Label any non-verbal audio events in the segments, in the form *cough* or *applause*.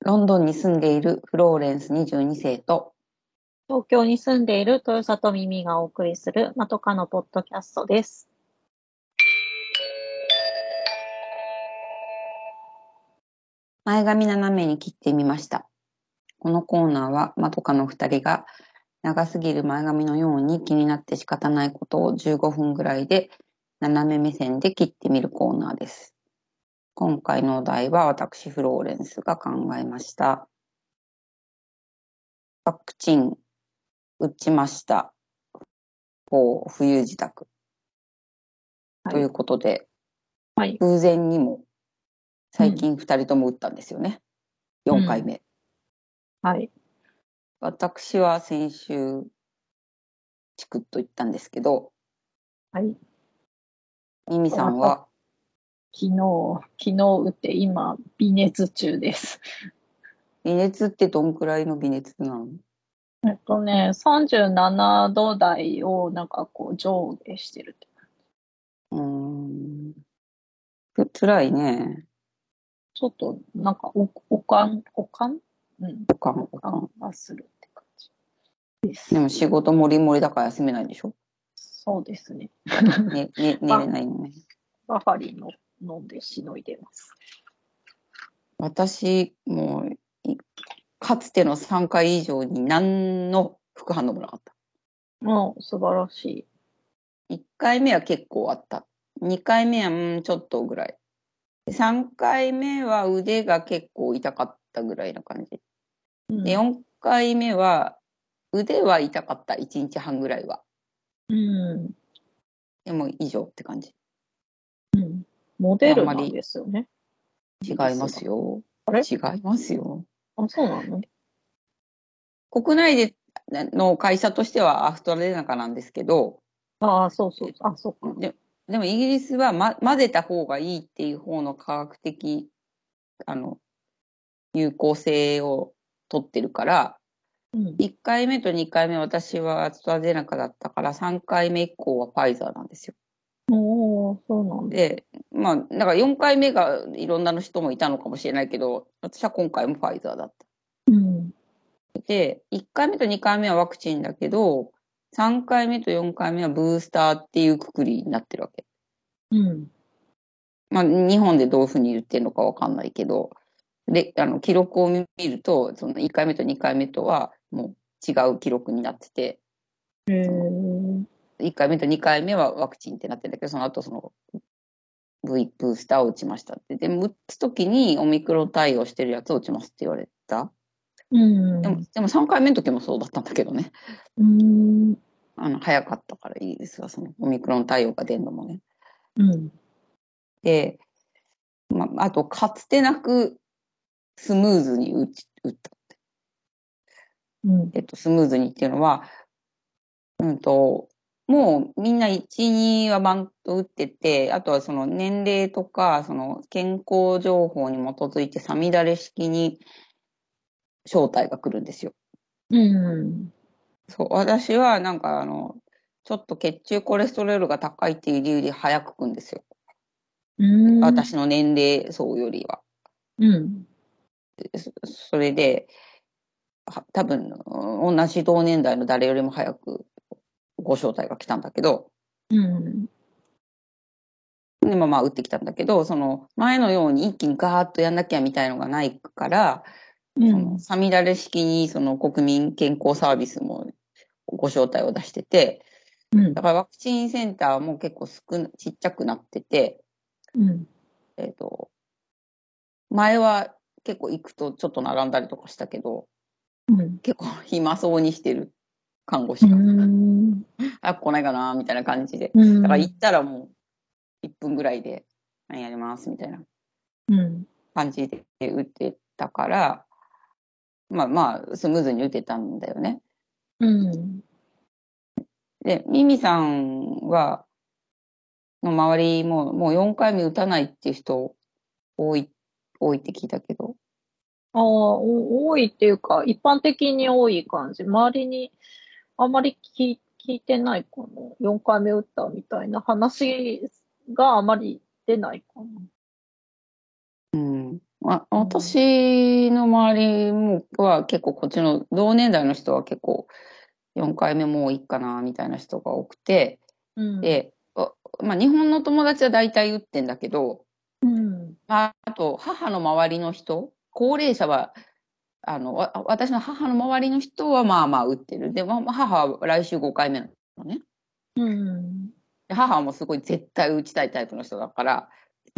ロンドンに住んでいるフローレンス22世と、東京に住んでいる豊里耳がお送りするまとかのポッドキャストです。前髪斜めに切ってみました。このコーナーは、まとかの二人が、長すぎる前髪のように気になって仕方ないことを15分ぐらいで、斜め目線で切ってみるコーナーです。今回のお題は、私、フローレンスが考えました。ワクチン、打ちました。こう、冬自宅。はいということで、はい。偶然にも、最近二人とも打ったんですよね。うん4回目。はい。私は先週、チクッと行ったんですけど、はい。ミミさんは、昨日、昨日打って今、微熱中です。微熱ってどんくらいの微熱なのえっとね、37度台をなんかこう上下してるって。うーん。つ辛いね。ちょっとなんかお、おかん、おかんうん、おかん、おかん感。がするって感じ。でも仕事もりもりだから休めないでしょそうですね。ね、ね、寝れないのね。バファリンの飲んでしのいでます。私、もう、いかつての3回以上に何の副反応もなかった。うん、素晴らしい。 1回目は結構あった。2回目は、うん、ちょっとぐらい。3回目は腕が結構痛かったぐらいな感じ。うんで、4回目は、腕は痛かった。1日半ぐらいは。うん。でも以上って感じ。モデルあなんまりんですよね。違いますよ。あれ違いますよ。あ、そうなの国内での会社としてはアストラゼネカなんですけど、ああ、そうそう。あ、そっか。ででもイギリスは、ま、混ぜた方がいいっていう方の科学的、あの、有効性を取ってるから、うん。 1回目と2回目私はアストラゼネカだったから、3回目以降はファイザーなんですよ。おー、そうなんだ。で、まあ、だから4回目がいろんなの人もいたのかもしれないけど、私は今回もファイザーだった。うん。で、1回目と2回目はワクチンだけど、3回目と4回目はブースターっていうくくりになってるわけ。うん。まあ、日本でどういうふうに言ってるのかわかんないけど、で、あの、記録を見ると、その1回目と2回目とはもう違う記録になってて、へー1回目と2回目はワクチンってなってるんだけど、その後その、V ブースターを打ちましたって。でも、打つときにオミクロン対応してるやつを打ちますって言われた。うん。でも、でも3回目の時もそうだったんだけどね。うん。あの、早かったからいいですわ、そのオミクロン対応が出るのもね。うん。で、まあ、あと、かつてなくスムーズに打ち打った。うん。えっと、スムーズにっていうのは、うんと、もうみんな1、2はバンと打ってて、あとはその年齢とか、その健康情報に基づいて、さみだれ式に招待が来るんですよ。うん。そう、私はなんかあの、ちょっと血中コレステロールが高いっていう理由で早く来るんですよ。うん。私の年齢層よりは。うん。そそれで、は多分、うん同じ同年代の誰よりも早くご招待が来たんだけど、うん。でもまあ打ってきたんだけど、その前のように一気にガーッとやんなきゃみたいのがないから、うそんの。サミダレ式にその国民健康サービスもご招待を出してて、うんだ。からワクチンセンターも結構少なちっちゃくなってて、うん。えっ、と、前は結構行くとちょっと並んだりとかしたけど、うん。結構暇そうにしてる看護師うが、ん。早く来ないかな、みたいな感じで。うん。だから行ったらもう1分ぐらいで、はいやります、みたいなうん。感じで打ってたから、まあまあ、スムーズに打てたんだよね。うん。で、ミミさんは、の周りも、もう4回目打たないっていう人多い、多いって聞いたけど。ああ、お多いっていうか、一般的に多い感じ。周りにあまり聞い聞いてないかな。4回目打ったみたいな話があまり出ないかな。うん。あ私の周りもは結構こっちの同年代の人は結構4回目もういいかなみたいな人が多くて、うん、で、あまあ、日本の友達は大体打ってんだけど、うん。まあ、あと母の周りの人高齢者はあのわ私の母の周りの人はまあまあ打ってるで、まあまあ母は来週5回目なのねうん。で母はもうすごい絶対打ちたいタイプの人だから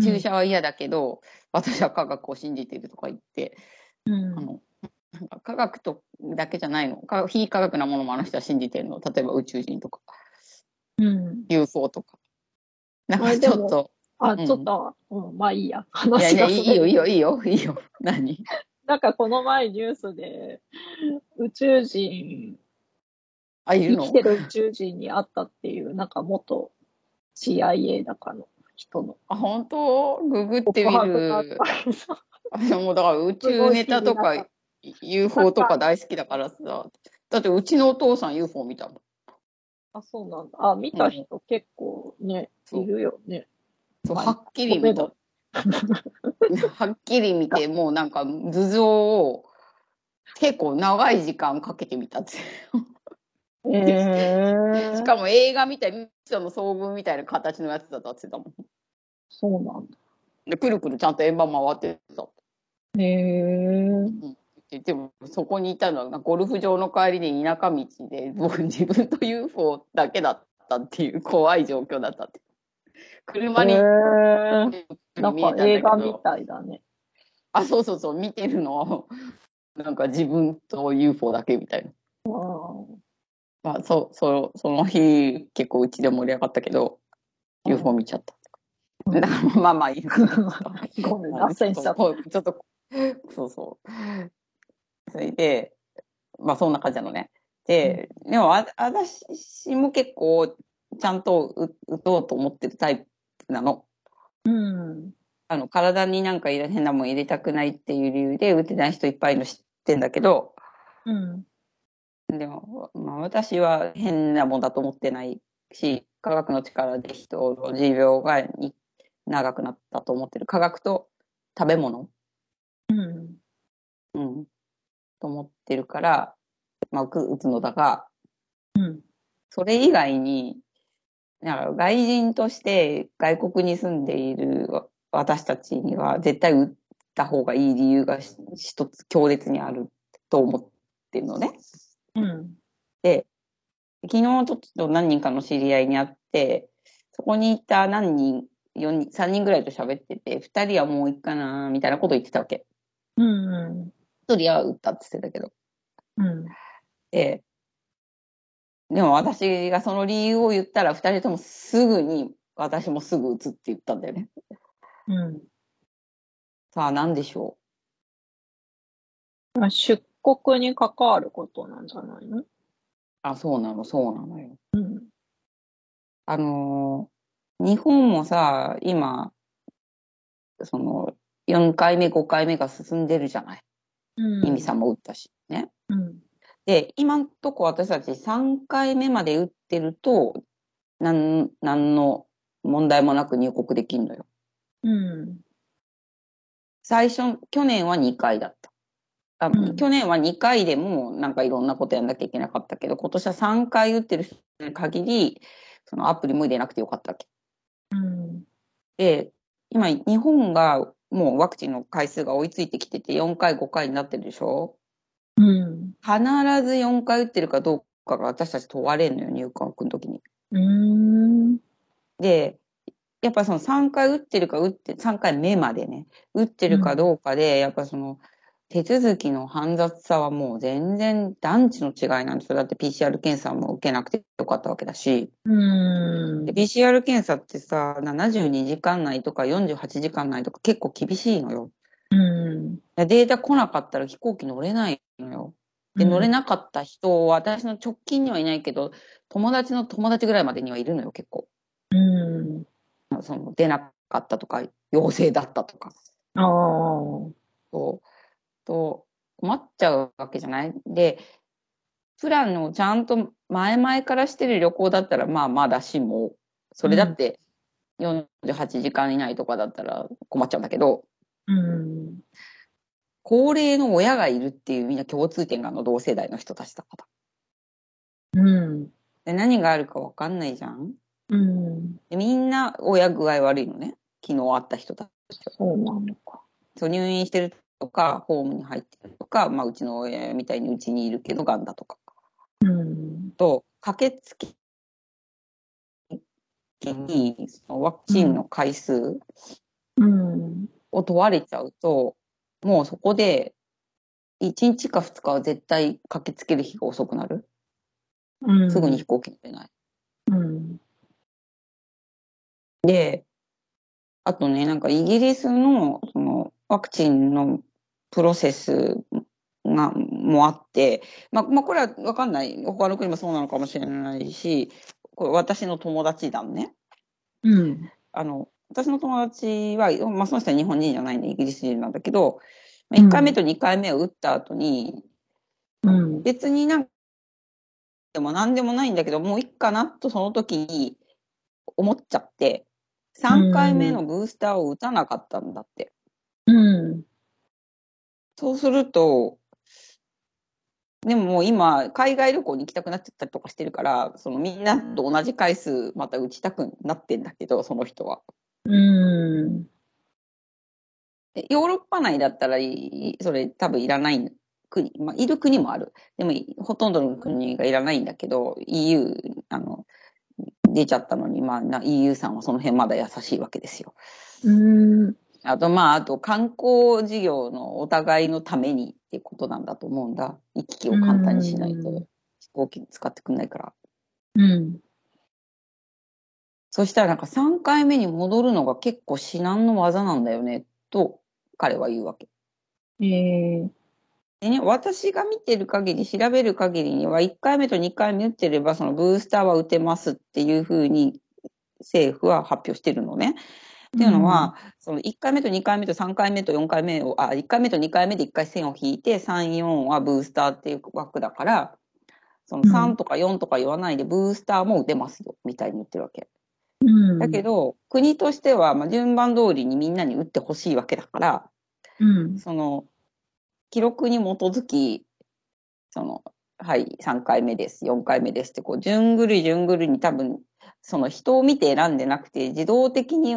注射は嫌だけど、私は科学を信じてるとか言ってうんあのなんか科学とだけじゃないのか非科学なものもあの人は信じてるの例えば宇宙人とかうん。 UFO とかなんあかれちでもょっとあ、うんちょっと、うん、まあいいや。 *laughs* いや話いがやいいよいいよいいよいいよ何なんかこの前ニュースで、宇宙人、あいる生のきてる宇宙人に会ったっていう、なんか元 CIA だかの人のあ本当ググって告み白があっる。た。そうあで *laughs* もだから宇宙ネタとすごい気になかっ UFO とか大好きだからさ。だってうちのお父さん UFO 見たもん。あ、そうなんだ。あ、見た人結構ね、そういるよね。そうはいはっきり見た。はっきり見て、もうなんか頭上を結構長い時間かけてみたって。え *laughs* ーしかも映画みたい、ミッションの遭遇みたいな形のやつだったって言ってたもん。そうなんだ。で、くるくるちゃんと円盤回ってたってへえ言って。でもそこにいたのはゴルフ場の帰りで田舎道で *laughs* 僕自分と UFO だけだったっていう怖い状況だったって車にへなんーなんかか映画みたいだね。あ、そうそうそう、見てるのを、なんか自分と UFO だけみたいな。あまあ、そう、そう、その日、結構うちで盛り上がったけど、うん UFO 見ちゃった。うんだから、まあまあいいか。ーごめん、まあ脱 *laughs* 線しちゃった。こうちょっと、そうそう。それで、まあそんな感じなのね。で、でもあ、私も結構、ちゃんと打打とうと思ってるタイプなの。うん。あの、体になんか入れ変なもん入れたくないっていう理由で打てない人いっぱいいるの知ってんだけど、うん。でも、まあ、私は変なもんだと思ってないし、科学の力で人の寿命がに長くなったと思ってる。科学と食べ物、うん。うん、と思ってるから、まあ、打つ打つのだが、うん。それ以外に、なんか外人として外国に住んでいる私たちには絶対打った方がいい理由がし一つ強烈にあると思ってるのね。うん。で、昨日ちょっと何人かの知り合いに会って、そこにいた何人、4人、3人ぐらいと喋ってて、2人はもういいかな、みたいなこと言ってたわけ。うん。 1人は打ったって言ってたけど。うん。で、でも私がその理由を言ったら、2人ともすぐに、私もすぐ打つって言ったんだよね。うん。さあ、何でしょまあ出国に関わることなんじゃないのう。あ、そうなの、そうなのよ。うん。あのー日本もさ、今、その、4回目、5回目が進んでるじゃない。うん。ミミさんも打ったし、ね。うん。で、今んとこ私たち3回目まで打ってると、なん、なんの問題もなく入国できるのよ。うん。最初、去年は2回だった。あうん去年は2回でもなんかいろんなことやんなきゃいけなかったけど、今年は3回打ってる人に限り、そのアプリも入れなくてよかったわけ。うん。で、今、日本がもうワクチンの回数が追いついてきてて、4回、5回になってるでしょうん。必ず4回打ってるかどうかが私たち問われるのよ、入管の時に。うん。で、やっぱその3回打ってるか打って、3回目までね、打ってるかどうかで、やっぱその手続きの煩雑さはもう全然団地の違いなんですよ。だって PCR 検査も受けなくてよかったわけだし、うんで PCR 検査ってさ、72時間内とか48時間内とか結構厳しいのよ。うん。でデータ来なかったら飛行機乗れないのよ。で、乗れなかった人は、私の直近にはいないけど、友達の友達ぐらいまでにはいるのよ、結構。うん。その出なかったとか、陽性だったとか。ああ。そうと困っちゃうわけじゃないで、プランをちゃんと前々からしてる旅行だったら、まあまだしも、それだって48時間以内とかだったら困っちゃうんだけど、うん。高齢の親がいるっていうみんな共通点があの同世代の人たちだから。うん。で、何があるかわかんないじゃんうん。でみんな親具合悪いのね。昨日会った人たち。そうなのか。そう入院してるとか、ホームに入ってるとか、まあうちの親みたいにうちにいるけど、癌だとか。うん。と、駆けつけに、そのワクチンの回数うん。を問われちゃうと、もうそこで、1日か2日は絶対駆けつける日が遅くなる。うん。すぐに飛行機乗れない。うん。で、あとね、なんかイギリスのそのワクチンのプロセスがもあって、まあ、まあ、これはわかんない。他の国もそうなのかもしれないし、これ私の友達だね。うん。あの、私の友達は、まあ、その人は日本人じゃないんで、イギリス人なんだけど、まあ、うん1回目と2回目を打った後に、うん。別になんか、でも何でもないんだけど、もういっかなとその時に思っちゃって、3回目のブースターを打たなかったんだって。うん。そうすると、でももう今、海外旅行に行きたくなっちゃったりとかしてるから、そのみんなと同じ回数また打ちたくなってんだけど、その人は。うん。でヨーロッパ内だったらいいそれ多分いらない国、まあ、いる国もある。でも、いほとんどの国がいらないんだけど、EU、あの、出ちゃったのに、まあ、な EU さんはその辺まだ優しいわけですよ。うん。あと、まあ、あと観光事業のお互いのためにっていうことなんだと思うんだ。行き来を簡単にしないうんと、飛行機使ってくんないから。うん。そしたらなんか3回目に戻るのが結構至難の技なんだよね、と彼は言うわけ。ええ。でね、私が見てる限り、調べる限りには、1回目と2回目打ってれば、そのブースターは打てますっていうふうに、政府は発表してるのね。っていうのは、その1回目と2回目と3回目と4回目を、あ、1回目と2回目で1回線を引いて、3、4はブースターっていう枠だから、そのう3んとか4とか言わないで、ブースターも打てますよ、みたいに言ってるわけ。うん。だけど、国としては、まあ、順番通りにみんなに打ってほしいわけだから、うん。その、記録に基づき、その、はい、3回目です、4回目ですって、こう、順繰り順繰りに多分、その人を見て選んでなくて、自動的に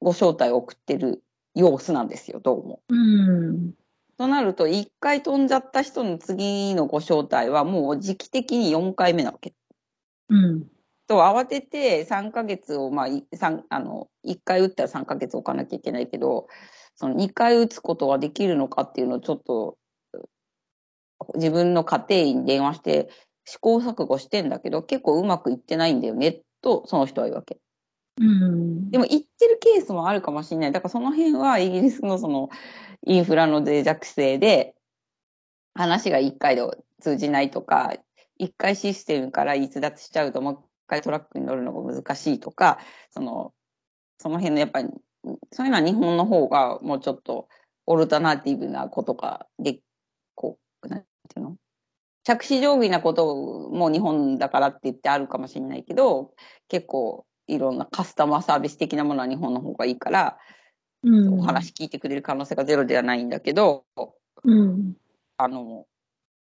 ご招待を送ってる様子なんですよ、どうも。うん。となると、1回飛んじゃった人の次のご招待は、もう時期的に4回目なわけ。うん。と、慌てて3ヶ月を、まあ、い三あの、1回打ったら3ヶ月置かなきゃいけないけど、その2回打つことはできるのかっていうのをちょっと、自分の家庭医に電話して試行錯誤してんだけど、結構うまくいってないんだよね、と、その人は言うわけ。うん。でも行ってるケースもあるかもしれない。だからその辺はイギリスのそのインフラの脆弱性で話が一回で通じないとか、一回システムから逸脱しちゃうともう一回トラックに乗るのが難しいとか、その、その辺のやっぱり、そういうのは日本の方がもうちょっとオルタナティブなことがで、こう、なんていうの着手定規なことも日本だからって言ってあるかもしれないけど、結構いろんなカスタマーサービス的なものは日本の方がいいから、うん。お話聞いてくれる可能性がゼロではないんだけど、うん。あの、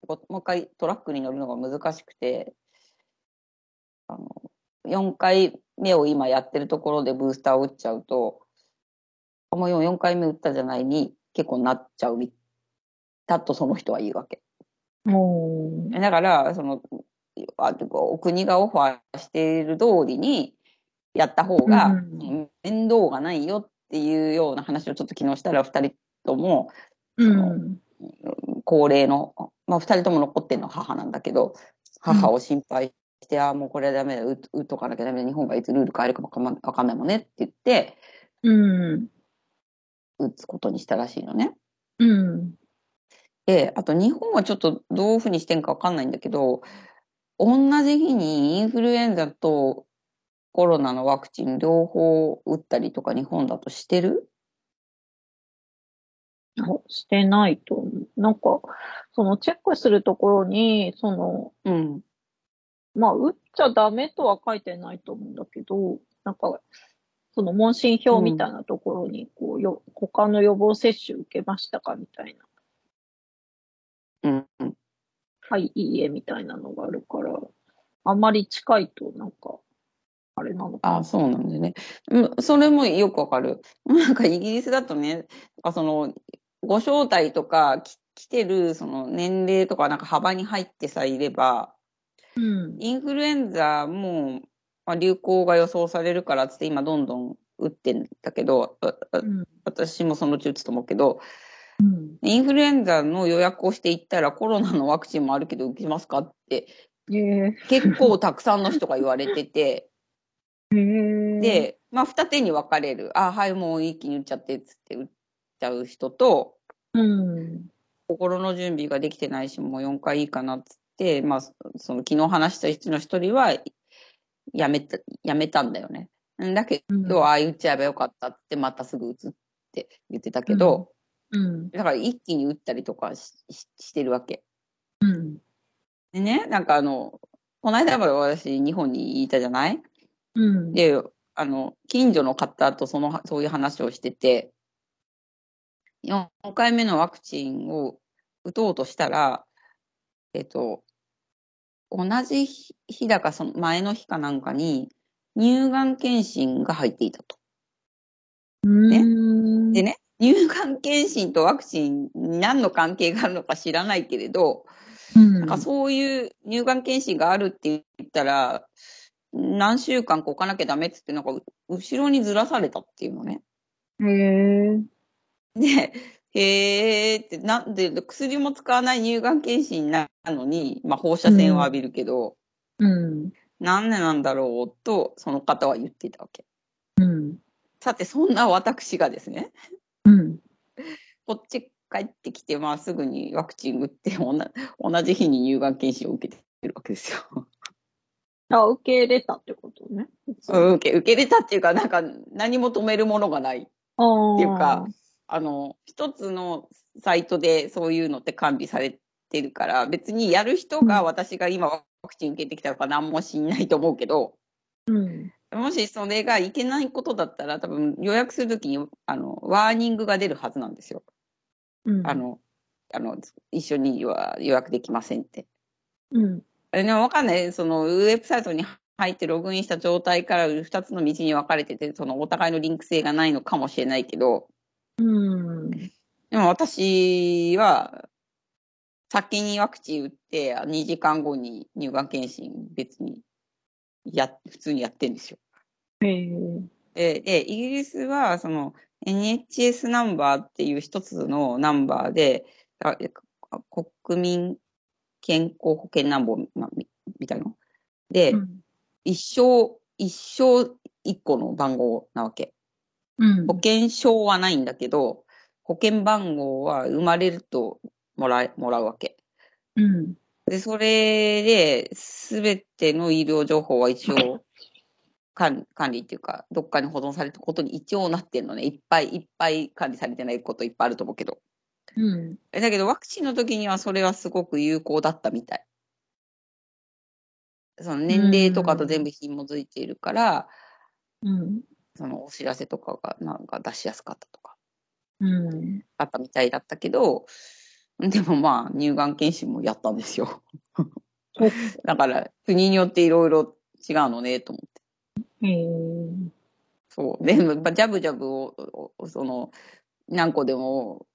こもう一回トラックに乗るのが難しくて、あの、4回目を今やってるところでブースターを打っちゃうと、もう4回目打ったじゃないに結構なっちゃうみたとその人は言うわけ。おーだから、その、あお国がオファーしている通りにやった方が、うんその面倒がないよっていうような話をちょっと昨日したら、二人とも、うん。高齢の、まあ二人とも残ってるのは母なんだけど、母を心配して、ああ、もうこれはダメだ、う打っとかなきゃダメだ、日本がいつルール変えるかもわかんわかんないもんねって言って、うん。打つことにしたらしいのね。うん。で、あと日本はちょっとどういうふうにしてんかわかんないんだけど、同じ日にインフルエンザとコロナのワクチン両方打ったりとか日本だとしてるあしてないと思う。なんか、そのチェックするところに、その、うん。まあ、打っちゃダメとは書いてないと思うんだけど、なんか、その問診票みたいなところに、こう、よ、他の予防接種受けましたかみたいな。うん。うんはい、いいえみたいなのがあるから、あんまり近いと、なんか、あれなのかあな。そうなんでね。うんそれもよくわかる。 *laughs* なんかイギリスだとね、なんかその、ご招待とか、き来てる、その年齢とか、なんか幅に入ってさえいれば、うん。インフルエンザも、まあ、流行が予想されるからっつって今どんどん打ってんだけど、ああうん。私もそのうち打つと思うけど、うんインフルエンザの予約をしていったらコロナのワクチンもあるけど受けますかってえ結構たくさんの人が言われてて、 *laughs* えー。、で、まあ二手に分かれる。あ、はい、もう一気に打っちゃってっつって打っちゃう人と、うん。心の準備ができてないし、もう4回いいかなっつって、まあ、そその昨日話したうちの一人は、やめた、やめたんだよね。んだけうんど、ああ、打っちゃえばよかったっつって、またすぐ打つって言ってたけど、うん。だから一気に打ったりとかしししてるわけ。うん。でね、なんかあの、この間まで私、日本にいたじゃないうん。で、あの、近所の方とその、そういう話をしてて、4回目のワクチンを打とうとしたら、えっと、同じ日日だか、その前の日かなんかに、乳がん検診が入っていたと。うん。でね、乳がん検診とワクチンに何の関係があるのか知らないけれど、うん。なんかそういう乳がん検診があるって言ったら、何週間か置かなきゃダメっつって、なんかう後ろにずらされたっていうのね。へえー。で、へーって、なんで、薬も使わない乳がん検診なのに、まあ放射線を浴びるけど、うん。なんでなんだろうと、その方は言ってたわけ。うん。さて、そんな私がですね、うん。こっち帰ってきて、まあすぐにワクチン打って、おな *laughs* 同じ日に乳がん検診を受けてるわけですよ。 *laughs* あ、受け入れたってことね。うん受け、受け入れたっていうか、なんか何も止めるものがない。ああ。っていうか、あの、一つのサイトでそういうのって完備されてるから、別にやる人うがん私が今ワクチン受けてきたのか何もしないと思うけど、うん。もしそれがいけないことだったら、多分予約するときに、あの、ワーニングが出るはずなんですよ。うん。あ、の、あの、一緒には予約できませんって。うん。あれね、わかんない。その、ウェブサイトに入ってログインした状態から2つの道に分かれてて、そのお互いのリンク性がないのかもしれないけど、うん。でも私は、先にワクチン打って、2時間後に乳がん検診別に、や、普通にやってんですよ。へえー。で、でイギリスは、その、NHS ナンバーっていう一つのナンバーで、あ国民健康保険ナンバーまみみたいので、うん。一生、一生一個の番号なわけ。うん保。険証はないんだけど、保険番号は生まれるともらえもらうわけ。うん。で、それで、すべての医療情報は一応管、管理っていうか、どっかに保存されたことに一応なってんのね。いっぱいいっぱい管理されてないこといっぱいあると思うけど。うん。えだけど、ワクチンの時にはそれはすごく有効だったみたい。その年齢とかと全部紐づいているから、うん。そのお知らせとかがなんか出しやすかったとか。うん。あったみたいだったけど、でもまあ、乳がん検診もやったんですよ。そっだから、国によっていろいろ違うのね、と思って。へえー。そう。で、やっぱジャブジャブを、おその、何個でも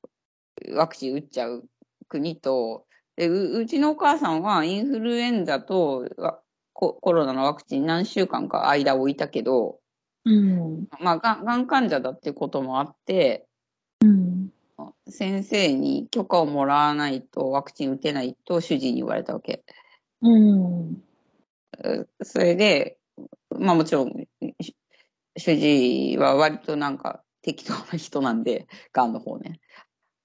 ワクチン打っちゃう国と、でううちのお母さんはインフルエンザとわココロナのワクチン何週間か間を置いたけど、うん。まあ、がんがん患者だっていうこともあって、うん。先生に許可をもらわないとワクチン打てないと主治医に言われたわけ。うん。うそれで、まあもちろん、し主治医は割となんか適当な人なんで、がんの方ね。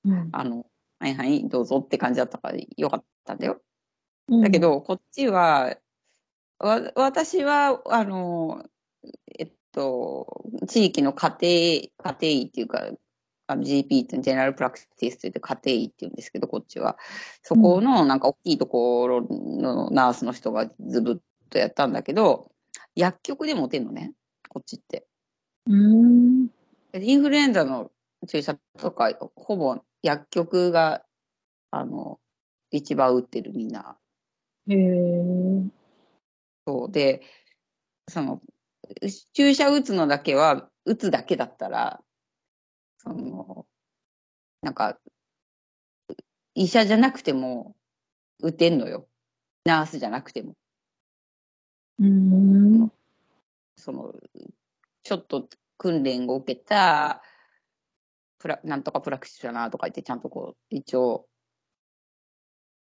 うん。あの、はいはい、どうぞって感じだったからよかったんだよ。うんだけ、ど、こっちは、わ私は、あの、えっと、地域の家庭、家庭医っていうか、あの GP ってジェネラルプラクティスといって家庭医っていうんですけど、こっちは。そこのなんか大きいところのナースの人がずぶっとやったんだけど、薬局でも打てんのね、こっちって。うーん。インフルエンザの注射とか、ほぼ薬局が、あの、一番打ってるみんな。へえ。そうで、その、注射打つのだけは、打つだけだったら、その、なんか、医者じゃなくても、打てんのよ。ナースじゃなくても。うーん。その、ちょっと訓練を受けた、プラ、なんとかプラクティショナーとか言って、ちゃんとこう、一応、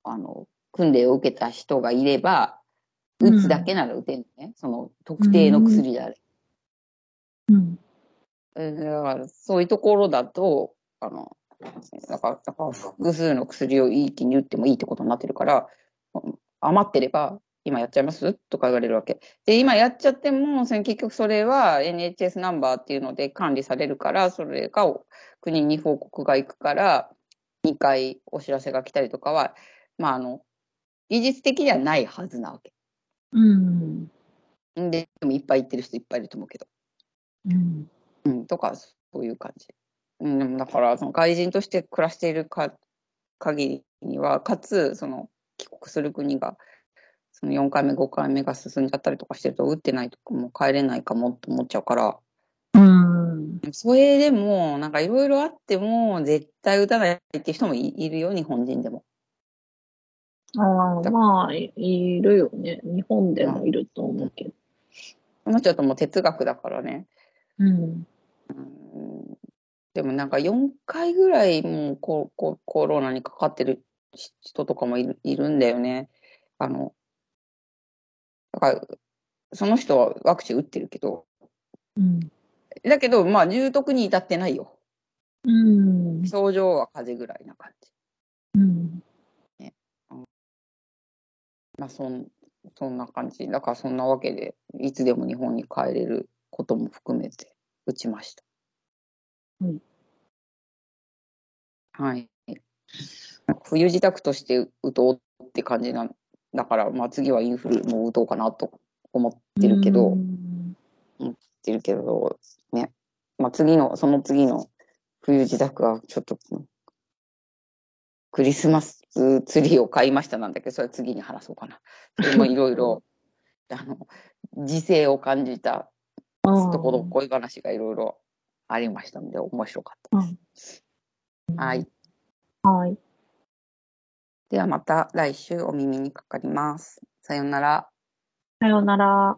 あの、訓練を受けた人がいれば、うん打つだけなら打てんのね。その、特定の薬であれ。うん。えーだから、そういうところだと、あの、だから、だから複数の薬を一気に打ってもいいってことになってるから、うん余ってれば、今やっちゃいますとか言われるわけ。で、今やっちゃっても、それ結局それは NHS ナンバーっていうので管理されるから、それが国に報告が行くから、2回お知らせが来たりとかは、まあ、あの、技術的にはないはずなわけ。うん。んで、でもいっぱい行ってる人いっぱいいると思うけど。うん。うん、とか、そういう感じ。うん、でもだから、その外人として暮らしているか限りには、かつ、その帰国する国が、その4回目、5回目が進んじゃったりとかしてると、打ってないとかもう帰れないかもと思っちゃうから、うん。それでも、なんかいろいろあっても、絶対打たないっていう人もいいるよ、日本人でも。ああ、まあ、いいるよね。日本でもいると思うけど。もうちょっともう哲学だからね。うん。うんでもなんか4回ぐらいもうコココロナにかかってる人とかもいるいるんだよね。あの、だから、その人はワクチン打ってるけど、うん。だけど、まあ、重篤に至ってないよ。うん。症状は風邪ぐらいな感じ。うん。まあ、そん、そんな感じ。だから、そんなわけで、いつでも日本に帰れることも含めて、打ちました。うんはい。なんか冬自宅として打とうって感じなんだから、まあ、次はインフルも打とうかなと思ってるけど、う思っん。てるけど、ね。まあ、次の、その次の冬自宅は、ちょっと、クリスマスツリーを買いましたなんだけど、それは次に話そうかな。それもいろいろ、 *laughs* あの、時勢を感じたああところ、恋話がいろいろありましたので、面白かったです。はい。はい。ではまた来週お耳にかかります。さようなら。さようなら。